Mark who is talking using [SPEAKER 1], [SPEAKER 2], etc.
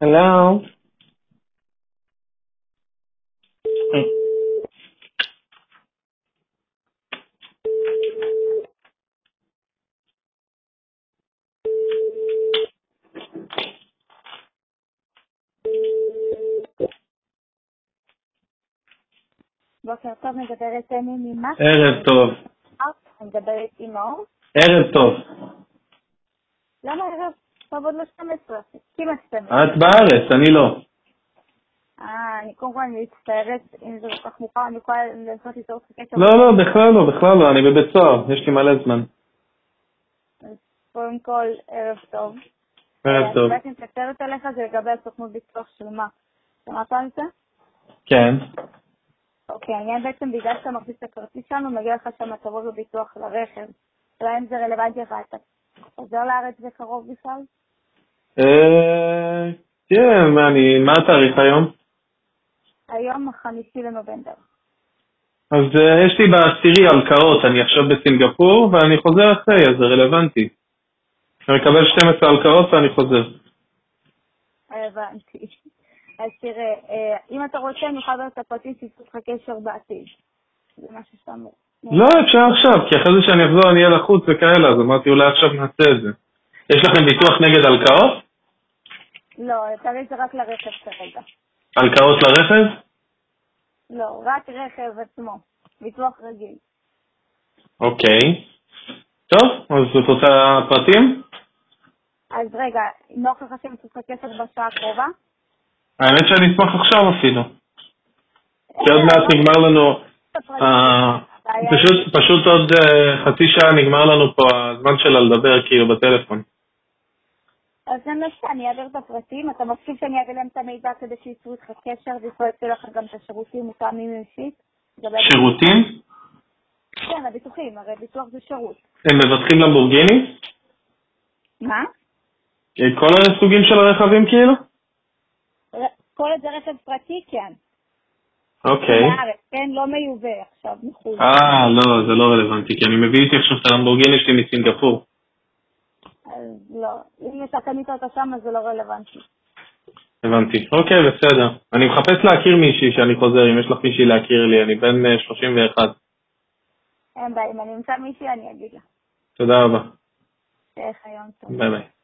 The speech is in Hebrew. [SPEAKER 1] Hello. Mm.
[SPEAKER 2] בוקר טוב, מדברת אני ממה?
[SPEAKER 1] ערב טוב.
[SPEAKER 2] אני מדברת עם מאור.
[SPEAKER 1] ערב טוב.
[SPEAKER 2] למה ערב? טוב, עוד לא 12, כמעט 12.
[SPEAKER 1] את בארץ, אני לא.
[SPEAKER 2] אה, אני קודם כל אני מצטערת, אם זה לא כל כך מוכר, אני יכולה לנסות ליצור את הקשר.
[SPEAKER 1] לא, לא, בכלל לא, בכלל לא, אני בבית סוהר, יש לי מלא זמן.
[SPEAKER 2] אז קודם כל, ערב טוב.
[SPEAKER 1] ערב טוב.
[SPEAKER 2] אני מתקשרת אליך זה לגבי הסוכנות ביטוח של מה? שמעת על זה?
[SPEAKER 1] כן.
[SPEAKER 2] אוקיי, העניין בעצם בגלל שאתה מחזיק את הכרטיס שלנו, מגיע לך שם הטבות בביטוח לרכב. אולי אם זה רלוונטי לך, אתה חוזר לארץ בקרוב בכלל?
[SPEAKER 1] אה, כן, מה אני, מה התאריך היום?
[SPEAKER 2] היום החמישי לנובמבר.
[SPEAKER 1] אז אה, יש לי בעשירי הלקאות, אני עכשיו בסינגפור ואני חוזר אחרי, אז זה רלוונטי. אני מקבל 12 הלקאות ואני חוזר.
[SPEAKER 2] הבנתי. אז תראה, אה, אם אתה רוצה, אני יכולה לדבר את הפרטים שיצאו לך קשר בעתיד. זה משהו שאתה אמור.
[SPEAKER 1] לא, אפשר עכשיו, כי אחרי זה שאני אחזור אני אהיה לחוץ וכאלה, אז אמרתי אולי עכשיו נעשה את זה. יש לכם ביטוח נגד הלקאות?
[SPEAKER 2] לא, לצערי זה רק לרכב כרגע.
[SPEAKER 1] הלקאות לרכב?
[SPEAKER 2] לא, רק רכב עצמו. ביטוח רגיל.
[SPEAKER 1] אוקיי. טוב, אז את רוצה פרטים?
[SPEAKER 2] אז רגע, נוח לך שהם יצאו לך קשר בשעה הקרובה?
[SPEAKER 1] האמת שאני אשמח עכשיו אפילו. כי עוד
[SPEAKER 2] אה,
[SPEAKER 1] מעט
[SPEAKER 2] לא,
[SPEAKER 1] נגמר לנו...
[SPEAKER 2] את הפרטים.
[SPEAKER 1] אה,
[SPEAKER 2] הבעיה היא-
[SPEAKER 1] פשוט, פשוט עוד אה, חצי שעה נגמר לנו פה הזמן שלה לדבר כאילו בטלפון.
[SPEAKER 2] אז זה מה שאני אעביר את הפרטים, אתה מסכים שאני אעביר להם את המידע כדי שייצרו איתך קשר ויפרטו לך גם את השירותים מטעמים אישית? לגבי הביטוח.
[SPEAKER 1] שירותים?
[SPEAKER 2] כן, הביטוחים, הרי ביטוח זה שירות.
[SPEAKER 1] הם מבטחים למבורגיני?
[SPEAKER 2] מה?
[SPEAKER 1] אה, כל הסוגים של הרכבים כאילו?
[SPEAKER 2] ר- כל עוד זה רכב פרטי, כן.
[SPEAKER 1] אוקיי.
[SPEAKER 2] מהארץ, כן? לא מיובא עכשיו מחו"ל.
[SPEAKER 1] אה, לא, זה לא רלוונטי, כי אני מביא איתי עכשיו את הלמבורגיני שלי מסינגפור.
[SPEAKER 2] אז לא. אם אתה קנית אותה שם, אז זה לא רלוונטי.
[SPEAKER 1] הבנתי. אוקיי, בסדר. אני מחפש להכיר מישהי שאני חוזר, אם יש לך מישהי להכיר לי, אני בן אה, 31.
[SPEAKER 2] אין בעיה, אם אני אמצא מישהי, אני אגיד לה.
[SPEAKER 1] תודה רבה.
[SPEAKER 2] שיהיה לך יום טוב.
[SPEAKER 1] ביי ביי.